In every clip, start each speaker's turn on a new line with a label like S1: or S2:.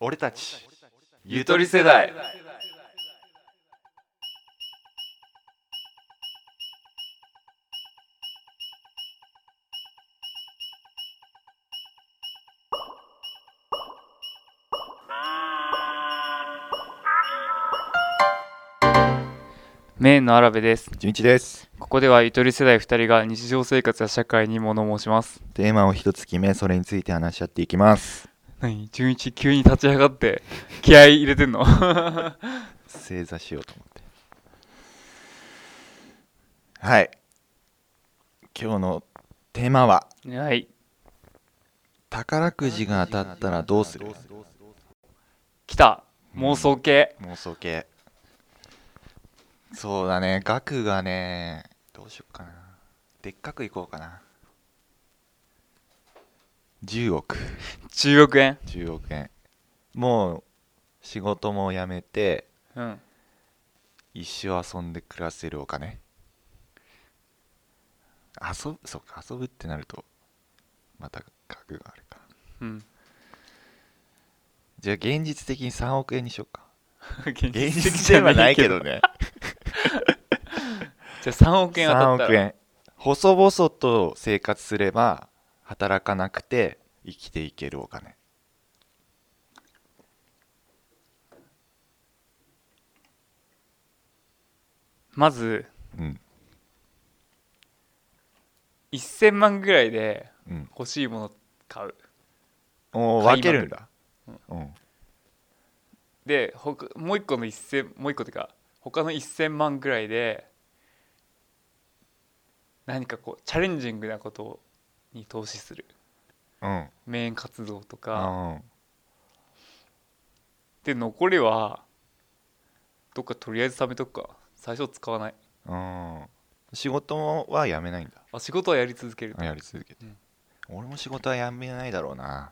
S1: 俺たちゆとり世代
S2: メインのアラベです
S3: 純一です
S2: ここではゆとり世代2人が日常生活や社会に物申します
S3: テーマを一つ決めそれについて話し合っていきます
S2: 何純一急に立ち上がって気合い入れてんの
S3: 正座しようと思ってはい今日のテーマは
S2: はい
S3: 宝くじが当たったらどうする
S2: 来た妄想系
S3: 妄想系そうだね額がねどうしよっかなでっかくいこうかな10億
S2: 10億円
S3: 10億円もう仕事も辞めて
S2: うん
S3: 一生遊んで暮らせるお金遊ぶそっか遊ぶってなるとまた額があるか
S2: うん
S3: じゃあ現実的に3億円にしようか
S2: 現
S3: 現実ではないけどね
S2: じゃあ3億円当た
S3: 3
S2: ったら
S3: 億円細々と生活すれば働かなくて生きていけるお金
S2: まず
S3: うん
S2: 1000万ぐらいで
S3: うん
S2: 欲しいもの買う
S3: おー
S2: 買いま
S3: 分け
S2: くる
S3: るんだうん
S2: でほかもう一個の1000もう一個っていうか他の1000万ぐらいで何かこうチャレンジングなことに投資する
S3: うん
S2: メイン活動とか
S3: あ
S2: で残りはどっかとりあえず貯めとくか最初使わない
S3: うん仕事は辞めないんだ
S2: あ仕事はやり続ける
S3: やり続けて、
S2: うん
S3: 俺も仕事は辞めないだろうな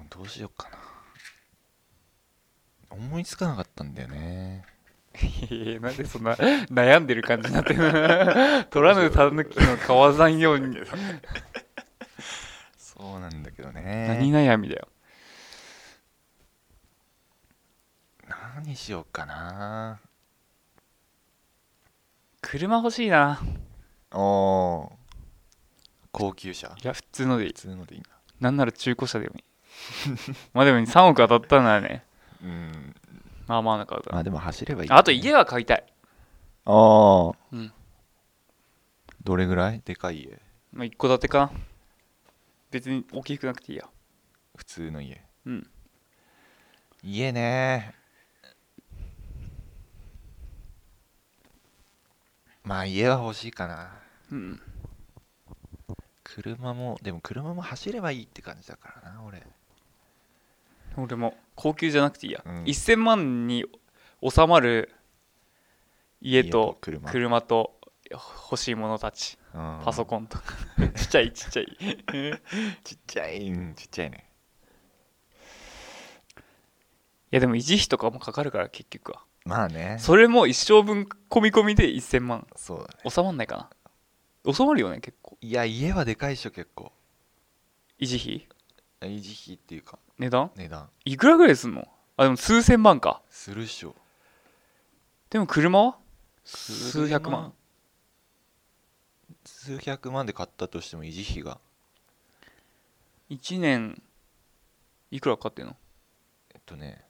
S3: うんどうしようかな思いつかなかったんだよね
S2: いやいやなんでそんな悩んでる感じになってる 取らぬたぬきの川さんよう に
S3: そうなんだけど
S2: 何
S3: ね
S2: 悩みだよ
S3: 何しようかな
S2: 車欲しいな
S3: おおー高級車
S2: いや普通のでいい
S3: 普通のでいいな
S2: なんなら中古車でもい いまあでも3億当たったならね
S3: うん
S2: まあまあな買うか
S3: まあでも走ればいい、
S2: あと家は買いたい、
S3: ああ
S2: うん
S3: どれぐらいでかい家
S2: まあ、一戸建てかな別に大きくなくていいや
S3: 普通の家
S2: うん
S3: 家ねまあ家は欲しいかな
S2: うん
S3: 車もでも車も走ればいいって感じだからな俺
S2: 俺も高級じゃなくていいや、
S3: うん
S2: 1000万に収まる家と
S3: 家と車
S2: 車と欲しいものたちパソ
S3: コ
S2: コンとか ちっちゃいちっ ちゃいい
S3: ンちっちゃいうんちっちゃいね
S2: やでも維持費とかもかかるから結局は
S3: まあねそ
S2: それも一生分込み込みで1000万
S3: うだね
S2: 収まんないかな収まるよね結構
S3: いや家はでかいっしょ結構
S2: 維持費
S3: 維持費っていうか
S2: 値段
S3: 値段
S2: いくらぐらいすんのあでも数千万か
S3: するっしょ
S2: でも車は数百万
S3: 数百万で買ったとしても維持費が
S2: 1年いくらかかってんの
S3: えっとね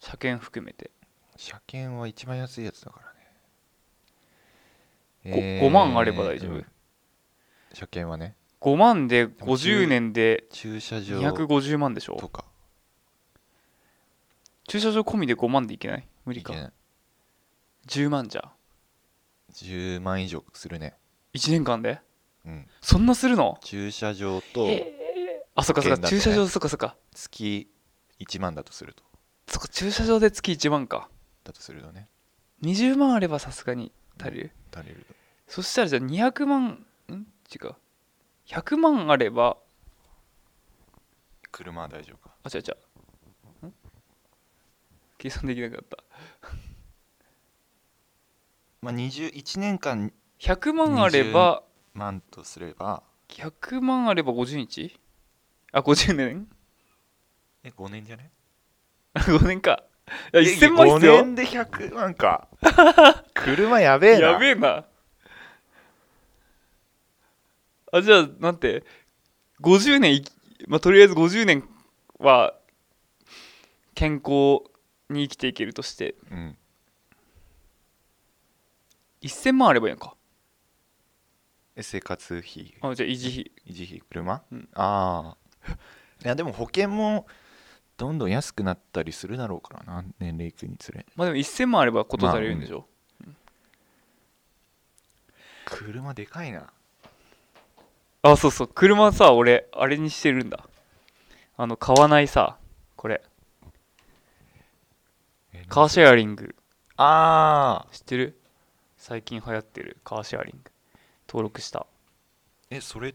S2: 車検含めて、
S3: 車検は一番安いやつだから
S2: ご
S3: ね
S2: 5万あれば大丈夫、
S3: うん車検はね
S2: 5万で50
S3: 50
S2: 年で
S3: 駐車場
S2: 250万でしょ
S3: とか
S2: 駐車場込みで5万でいけない無理か
S3: いけない
S2: 10万じゃ
S3: 10万以上するね、
S2: 1年間で
S3: うん、
S2: そんなするの
S3: 駐車場と
S2: あそっかそ
S3: 保険だ
S2: っか
S3: と
S2: 駐
S3: ね
S2: 車場そっかそっか
S3: 月1万だとすると
S2: そっか駐車場で月1万か
S3: だとするとね
S2: 20万あればさすがに足りる
S3: 足りると
S2: そしたらじゃあ200万ん違う100万あれば
S3: 車は大丈夫か
S2: あ違う違うん計算できなかった
S3: まあ21年間
S2: 100万あれば
S3: 万とすれば
S2: 100万あれば50日あ50年
S3: え5年じゃね
S2: 5年か。い
S3: え
S2: や、1000万
S3: 5
S2: 必要
S3: 年で100万 か車やべえな
S2: やべえな。あ、じゃあ、なんて、50年生き、まあ、とりあえず50年は、健康に生きていけるとして、
S3: うん
S2: 1000万あればいいのか。
S3: え生活費
S2: あ、じゃあ、維持費。
S3: 維持費車、
S2: うん
S3: ああいやでも保険もどんどん安くなったりするだろうからな年齢いくにつれ
S2: まあ、でも1000万あればこと足りるんでしょ。
S3: 車でかいな
S2: あ、そうそう。車さ、俺、あれにしてるんだ。あの、買わないさ、これ。
S3: えー
S2: カーシェアリング。
S3: ああ
S2: 知ってる最近流行ってるカーシェアリング。登録した。
S3: えそれっ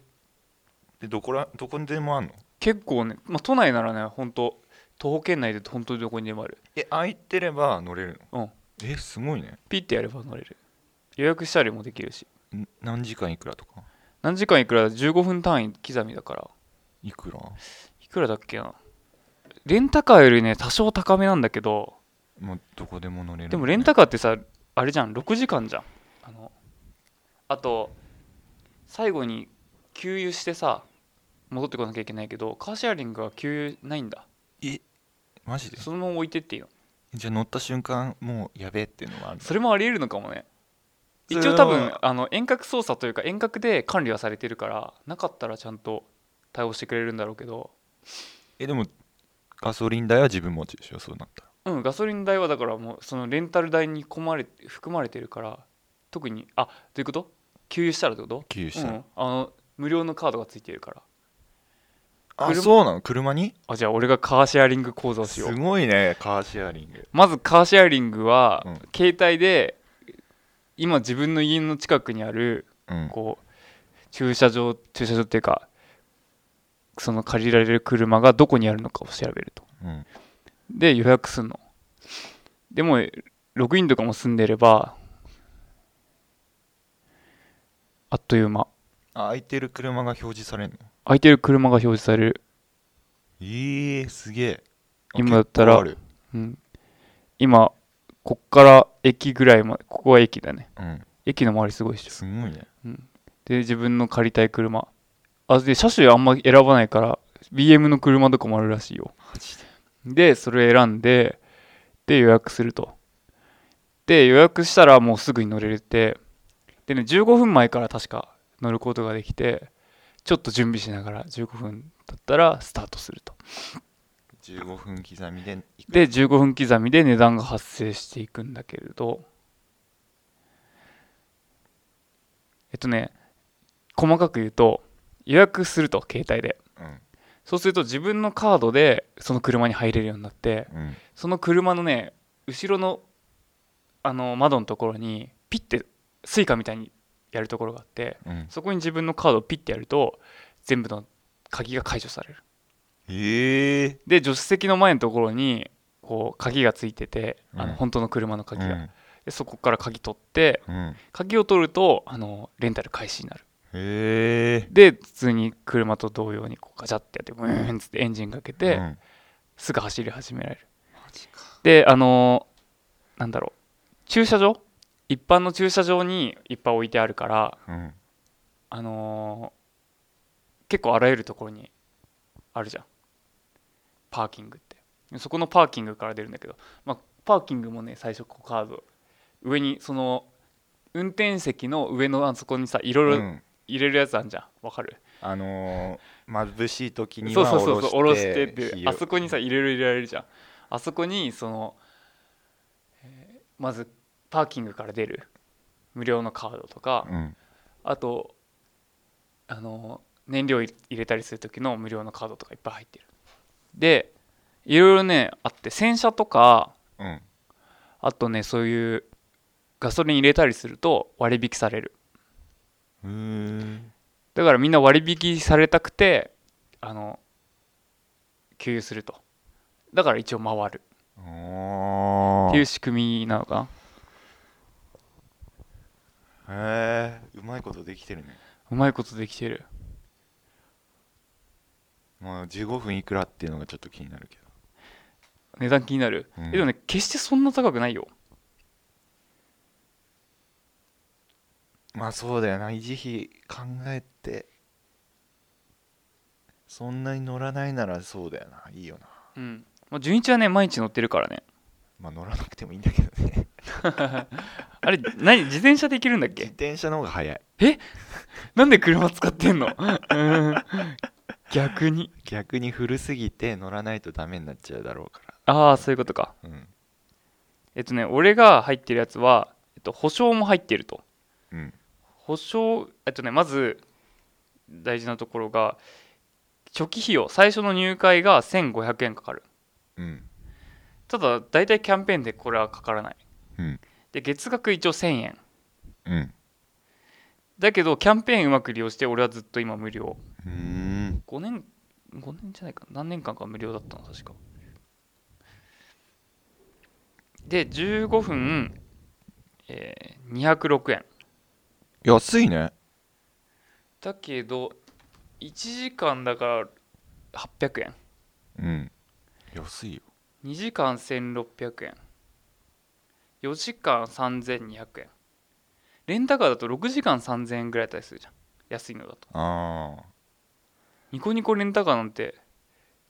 S3: てどこらどこにでもあんの
S2: 結構ね、まあ、都内ならね本当徒歩圏内で本当にどこにでもある
S3: え空いてれば乗れるの
S2: うん
S3: えすごいね
S2: ピッてやれば乗れる予約したりもできるし
S3: ん何時間いくらとか
S2: 何時間いくら15分単位刻みだから
S3: いくら
S2: いくらだっけなレンタカーよりね多少高めなんだけど
S3: もうどこでも乗れる
S2: でもレンタカーってさあれじゃん6時間じゃんあのあと最後に給油してさ戻ってこなきゃいけないけどカーシェアリングは給油ないんだ
S3: マジで
S2: そのまま置いてっていいの
S3: じゃあ乗った瞬間もうやべえっていうのはあるの
S2: それもありえるのかもね
S3: それ
S2: 一
S3: は
S2: 応多分あの遠隔操作というか遠隔で管理はされてるからなかったらちゃんと対応してくれるんだろうけど
S3: えでもガソリン代は自分持ちでしょそうなったら
S2: うんガソリン代はだからもうそのレンタル代に込まれ含まれてるから特にあどういうこと給油したらってこと
S3: 給油したら、
S2: うん、あの無料のカードがついてるから
S3: あ
S2: 車
S3: そうなの車に
S2: あじゃあ俺がカーシェアリング講座をし
S3: す
S2: よう
S3: ごいねカーシェアリング
S2: まずカーシェアリングは、
S3: うん
S2: 携帯で今自分の家の近くにある
S3: うん
S2: こう駐車場駐車場っていうかその借りられる車がどこにあるのかを調べると
S3: うん
S2: で予約すんのでもログインとかも済んでればあっという間
S3: あ空いてる車が表示されるの
S2: 空いてる車が表示される、
S3: ええすげえあ
S2: 今だったら
S3: 結構ある
S2: うん、今こっから駅ぐらいまでここは駅だね
S3: うん
S2: 駅の周りすごいっしょ
S3: すごいね
S2: で自分の借りたい車あで車種あんま選ばないから BM の車とかもあるらしいよ
S3: マジで
S2: で、それ選んで、で、予約すると。で、予約したらもうすぐに乗れるって、でね、15分前から確か乗ることができて、ちょっと準備しながら15分だったらスタートすると。
S3: 15分刻みでいく
S2: で、15分刻みで値段が発生していくんだけれど、えっとね、細かく言うと、予約すると、携帯で。
S3: うん
S2: そうすると自分のカードでその車に入れるようになって、
S3: うん
S2: その車のね後ろのあの窓のところにピッてスイカみたいにやるところがあって
S3: うん
S2: そこに自分のカードをピッてやると全部の鍵が解除される
S3: ええ
S2: で助手席の前のところにこう鍵がついててあ
S3: う
S2: の
S3: ん
S2: 本当の車の
S3: う
S2: 鍵が、
S3: ん
S2: でそこから鍵取って
S3: うん
S2: 鍵を取るとあのレンタル開始になる
S3: へえ
S2: で普通に車と同様にこうガチャってやってブーンっつってエンジンかけて、
S3: うん
S2: すぐ走り始められるであのーなんだろう駐車場一般の駐車場にいっぱい置いてあるから
S3: うん
S2: あのー結構あらゆるところにあるじゃんパーキングってそこのパーキングから出るんだけど、まあ、パーキングもね最初こうカード上にその運転席の上のあそこにさいろいうろ
S3: ん
S2: 入れるやつあんじゃんわかる、
S3: あのー、眩しい時に
S2: そう
S3: は
S2: そう
S3: 下
S2: そう
S3: ろ
S2: そう
S3: して
S2: 下ろしてって
S3: 火を
S2: あそこにさ入れる入れられるじゃんあそこにその、えーまずパーキングから出る無料のカードとか、
S3: うん
S2: あとあの燃料入れたりする時の無料のカードとかいっぱい入ってるでいろいろねあって洗車とか
S3: うん
S2: あとねそういうガソリン入れたりすると割引される
S3: うーん
S2: だからみんな割引されたくてあの給油するとだから一応回る
S3: あ
S2: っ
S3: あ
S2: ていう仕組みなのかな
S3: へえうまいことできてるね
S2: うまいことできてる
S3: まあ15分いくらっていうのがちょっと気になるけど
S2: 値段気になる、
S3: うん
S2: えでもね決してそんな高くないよ
S3: まあそうだよな維持費考えてそんなに乗らないならそうだよないいよな
S2: うん、まあ、純一はね毎日乗ってるからね
S3: まあ乗らなくてもいいんだけどね
S2: あれ何自転車で行けるんだっ
S3: 自
S2: け
S3: 転車の方が早い
S2: なんで車使って んのうん逆に
S3: 逆に古すぎて乗らないとダメになっちゃうだろうか
S2: ああそういうことから
S3: うん
S2: えっとね俺が入ってるやつは、えっと、保証も入ってると
S3: うん
S2: 保証えっとねまず大事なところが初期費用最初の入会が1500円かかる
S3: うん
S2: ただ大体キャンペーンでこれはかからない
S3: うん
S2: で月額一応1000円
S3: うん
S2: だけどキャンペーンうまく利用して俺はずっと今無料
S3: うーん
S2: 5年5年じゃないか何年間か無料だったの確かで15分、えー206円
S3: 安いね
S2: だけど1時間だから800円
S3: うん安いよ
S2: 2時間1600円4時間3200円レンタカーだと6時間3000円ぐらいだったりするじゃん安いのだと
S3: ああ
S2: ニコニコレンタカーなんて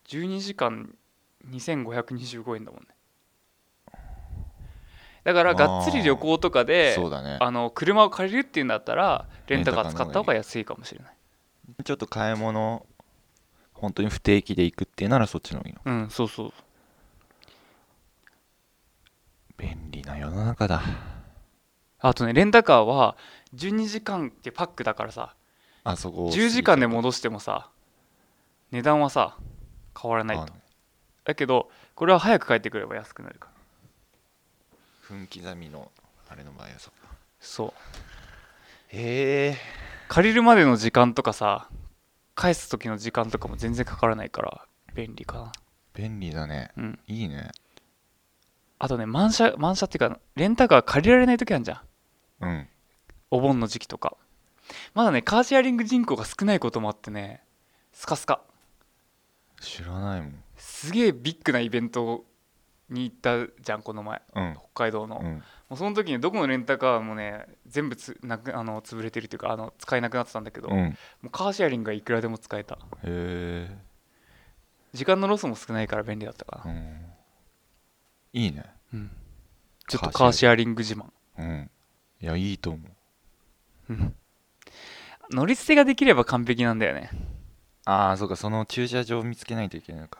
S2: 12時間2525円だもんねだからがっつり旅行とかで
S3: そうだね
S2: あの車を借りるっていうんだったらレンタカー使った方が安いかもしれない
S3: ちょっと買い物本当に不定期で行くっていうならそっちの方がいいの
S2: うんそうそう
S3: 便利な世の中だ
S2: あとねレンタカーは12時間ってパックだからさ
S3: あそこを
S2: 10時間で戻してもさ値段はさ変わらない
S3: あ
S2: とだけどこれは早く帰ってくれば安くなるから
S3: 分刻みのあれの場合はそっか
S2: そう
S3: へえ
S2: 借りるまでの時間とかさ返す時の時間とかも全然かからないから便利か
S3: 便利だね
S2: なうん
S3: いいね
S2: あとね満車満車っていうかレンタカー借りられない時あるじゃん
S3: うん
S2: お盆の時期とかまだねカーシェアリング人口が少ないこともあってねスカスカ
S3: 知らないもん
S2: すげえビッグなイベントに行ったじゃんこの前
S3: うん
S2: 北海道の、
S3: う
S2: も
S3: ん
S2: うその時にどこのレンタカーもね全部つなくあの潰れてるっていうかあの使えなくなってたんだけど、
S3: う
S2: も
S3: んへ
S2: うカーシェアリングがいくらでも使えた
S3: え
S2: 時間のロスも少ないから便利だったかな
S3: うんいいね
S2: うん、ちょっとカーシェアリング自慢、
S3: うんいやいいと思う
S2: うん、乗り捨てができれば完璧なんだよね
S3: ああそうかその駐車場を見つけないといけないのか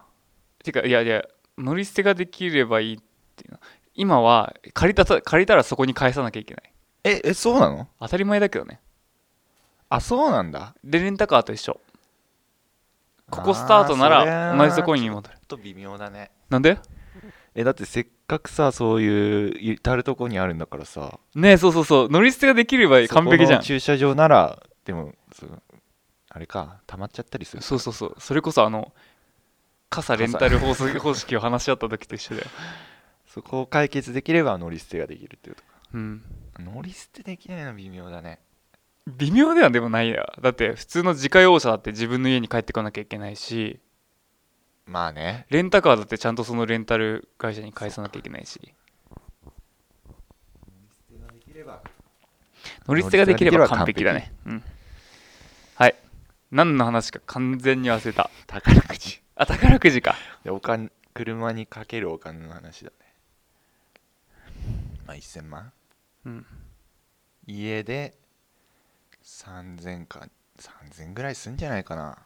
S2: てかいやいや乗り捨てができればいいっていうの今は借りたた借りたらそこに返さなきゃいけない
S3: ええそうなの
S2: 当たり前だけどね
S3: あそうなんだ
S2: でレンタカーと一緒ここスタートな
S3: あーそれ
S2: ら
S3: は
S2: 同じところに戻る
S3: ちょっと微妙だね
S2: なんで
S3: えだってせっかくさそういう至る所にあるんだからさ
S2: ねえそうそうそう乗り捨てができれば完璧
S3: そ
S2: じ
S3: こ
S2: ゃ
S3: の
S2: ん
S3: 駐車場ならでもそのあれか溜まっちゃったりする
S2: そうそうそうそれこそあの傘レンタル方式方式を話し合った時と一緒だよ、
S3: そこを解決できれば乗り捨てができるっていうこ
S2: うん、
S3: と乗り捨てできないのは微妙だね
S2: 微妙ではでもないやだって普通の自家用車だって自分の家に帰ってこなきゃいけないし
S3: まあね
S2: レンタカーだってちゃんとそのレンタル会社に返さなきゃいけないし乗り捨てができれば完璧だねうんはい何の話か完全に忘れた
S3: 宝くじ
S2: あ宝くじか
S3: でお金車にかけるお金の話だねまあ1000万
S2: うん
S3: 家で3000か3000ぐらいすんじゃないかな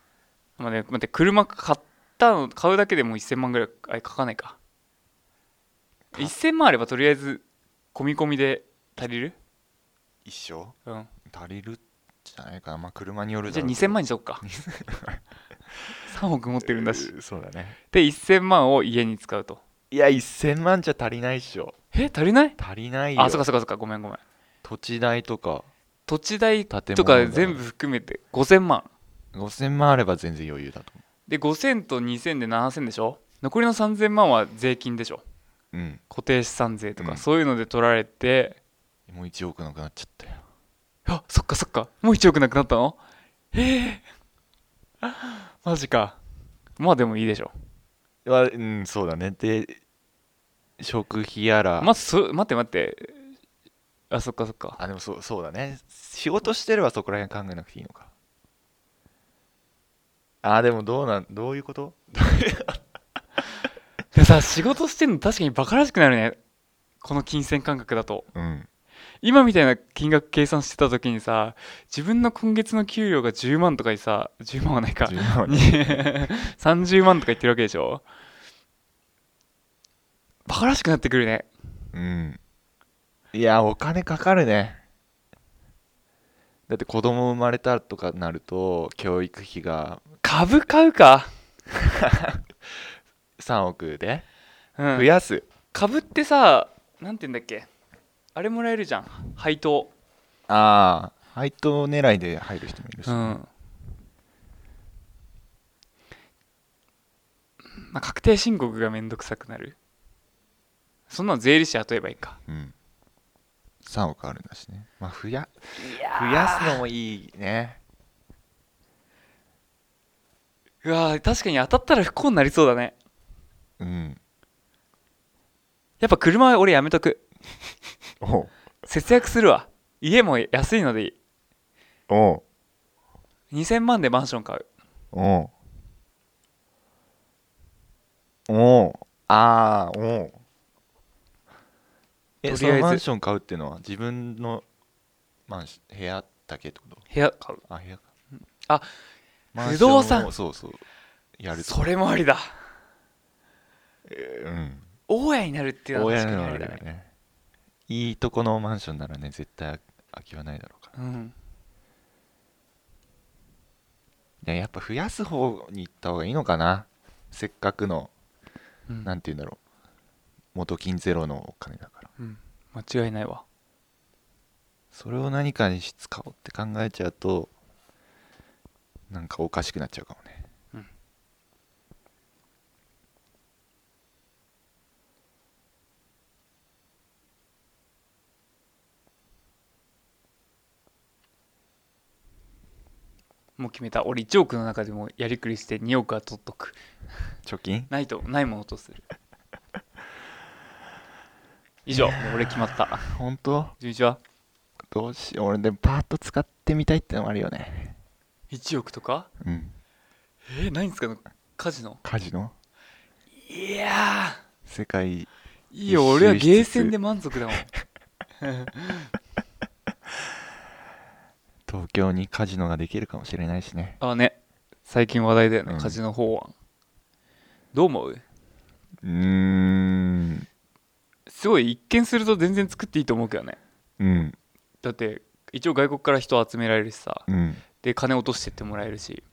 S2: まあね待って車買ったの買うだけでも1000万ぐらいあれかかないか
S3: か
S2: 1000万あればとりあえず込み込みで足りる
S3: 一生
S2: うん
S3: 足りるんじゃないかなまあ車による
S2: じ
S3: だ
S2: ゃ
S3: ろ
S2: あ
S3: うけど
S2: 2000万にしとくか 3億持ってるんだし
S3: うーそうだね
S2: で1000万を家に使うと
S3: いや1000万じゃ足りないっしょ
S2: え足りない
S3: 足りないよ
S2: あそっかそっかそっかごめんごめん
S3: 土地代とか
S2: 土地代
S3: 建物
S2: とか全部含めて5000万
S3: 5000万あれば全然余裕だと思
S2: で5000と2000で7000でしょ残りの3000万は税金でしょ
S3: ううん
S2: 固定資産税とか、
S3: うん
S2: そういうので取られて
S3: もう1億なくなっちゃったよ
S2: あそっかそっかもう1億なくなったの ええマジかまあでもいいでしょ
S3: はうんそうだねで食費やら、
S2: まずそ待って待ってあそっかそっか
S3: あでもそうそうだね仕事してればそこら辺考えなくていいのかあでもどうなんどういうこと
S2: でもさ仕事してんの確かにバカらしくなるねこの金銭感覚だと
S3: うん
S2: 今みたいな金額計算してた時にさ自分の今月の給料が10万とかにさ10万はないか
S3: 自分はね
S2: に30万とか言ってるわけでしょバカらしくなってくるね
S3: うんいやお金かかるねだって子供生まれたとかなると教育費が
S2: 株買うか、
S3: 3億で
S2: うん
S3: 増やす、
S2: 株ってさなんて言うんだっけあれもらえるじゃん配当
S3: ああ配当狙いで入る人もいるし、
S2: うんまあ、確定申告がめんどくさくなるそんなの税理士雇えばいいか
S3: うん、3億あるんだしねまあ増や増やすのもいいね
S2: うわー確かに当たったら不幸になりそうだね
S3: うん
S2: やっぱ車は俺やめとく
S3: おう
S2: 節約するわ家も安いのでい
S3: おう
S2: い2000万でマンション買う
S3: おうおうああおうえ
S2: と
S3: そ
S2: りあえず
S3: のマンション買うっていうのは自分のマンシ部屋だけってこと
S2: 部屋買う
S3: あ部屋か
S2: あ
S3: マンシ
S2: 不
S3: ョンを
S2: 動産
S3: そうそうやると
S2: それもありだ
S3: うん
S2: 大家になるっていうのは
S3: 親
S2: 確かに
S3: の
S2: あ
S3: あれ
S2: り
S3: だ
S2: だ
S3: よ
S2: ね
S3: ねいいとこのマンションならね絶対空きはないだろうから
S2: うん
S3: いややっぱ増やす方に行った方がいいのかなせっかくの
S2: うん
S3: なんて言うんだろう元金ゼロのお金だから
S2: うん間違いないわ
S3: それを何かに使おうって考えちゃうとなんかおかしくなっちゃうかもね
S2: うんもう決めた俺1億の中でもやりくりして2億は取っとく
S3: 貯金
S2: ないとないものとする 以上もう俺決まった
S3: 本当
S2: 純一は
S3: どうしよう俺でもパーッと使ってみたいってのもあるよね
S2: 1億とか
S3: うん
S2: えー、何ですかのカジノ
S3: カジノ
S2: いやー
S3: 世界
S2: いいよ、俺はゲーセンで満足だもん。
S3: 東京にカジノができるかもしれないしね
S2: あね、最近話題だよね、
S3: うん
S2: カジノ法案。どう思う
S3: うーん
S2: すごい一見すると全然作っていいと思うけどね。
S3: うん
S2: だって、一応外国から人集められるしさ、
S3: うん
S2: で、金落としてってもらえるし、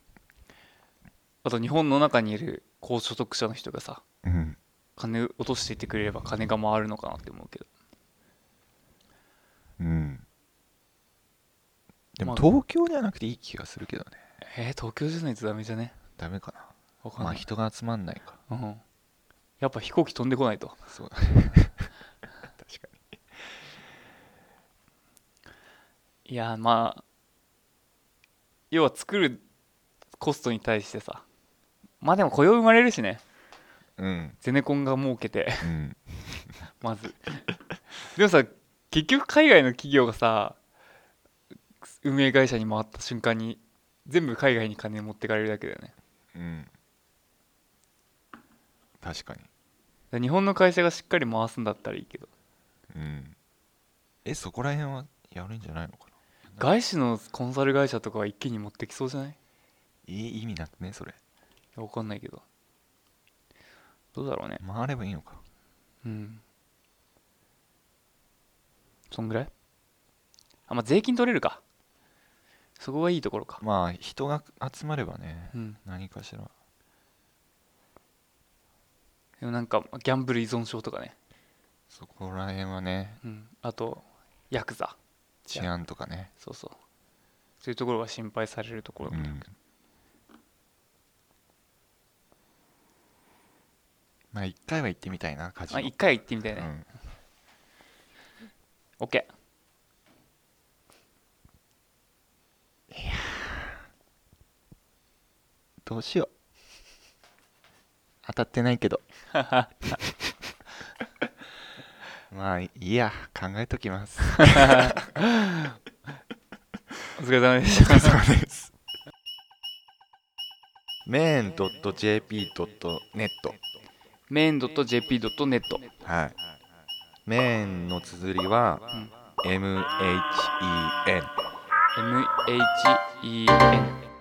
S2: あと日本の中にいる高所得者の人がさ、
S3: うん
S2: 金落としていってくれれば金が回るのかなって思うけど。
S3: うんでも
S2: まあ
S3: 東京ではなくていい気がするけどね
S2: えー、東京じゃないとダメじゃね
S3: ダメかな
S2: わかん
S3: ま
S2: な
S3: あ
S2: い。
S3: 人が集まんないか
S2: うん。やっぱ飛行機飛んでこないと。
S3: そうだね 確か
S2: いやまあ要は作るコストに対してさまあでも雇用生まれるしね
S3: にうん
S2: ゼネコンが儲けて
S3: うん
S2: まずでもさ結局海外の企業がさ運営会社に回った瞬間に全部海外に金持ってかれるだけだよね
S3: うん確かに
S2: だから日本の会社がしっかり回すんだったらいいけど
S3: うんえそこら辺はやるんじゃないのかな
S2: 外資のコンサル会社とかは一気に持ってきそうじゃない
S3: いい意味なくねそれ
S2: わかんないけどどうだろうね
S3: 回ればいいのか
S2: うんそんぐらいあまあ税金取れるかそこがいいところか
S3: まあ人が集まればね
S2: うん
S3: 何かしら
S2: でもなんかギャンブル依存症とかね、
S3: そこら辺はね
S2: うん、あとヤクザ
S3: 治安とかね
S2: そうそうそういうところが心配されるところ
S3: う
S2: だね、
S3: んまあ一回は行ってみたいなカジ
S2: まあ
S3: ノ
S2: 一回は行ってみたいね、
S3: うん、
S2: オッケー
S3: どうしよう当たってないけどまあいいや考えときます
S2: お疲れ様で した
S3: そうですメーン .jp.net
S2: main.jp.net
S3: はいメーンの綴りは、MHEN
S2: m-h-e-n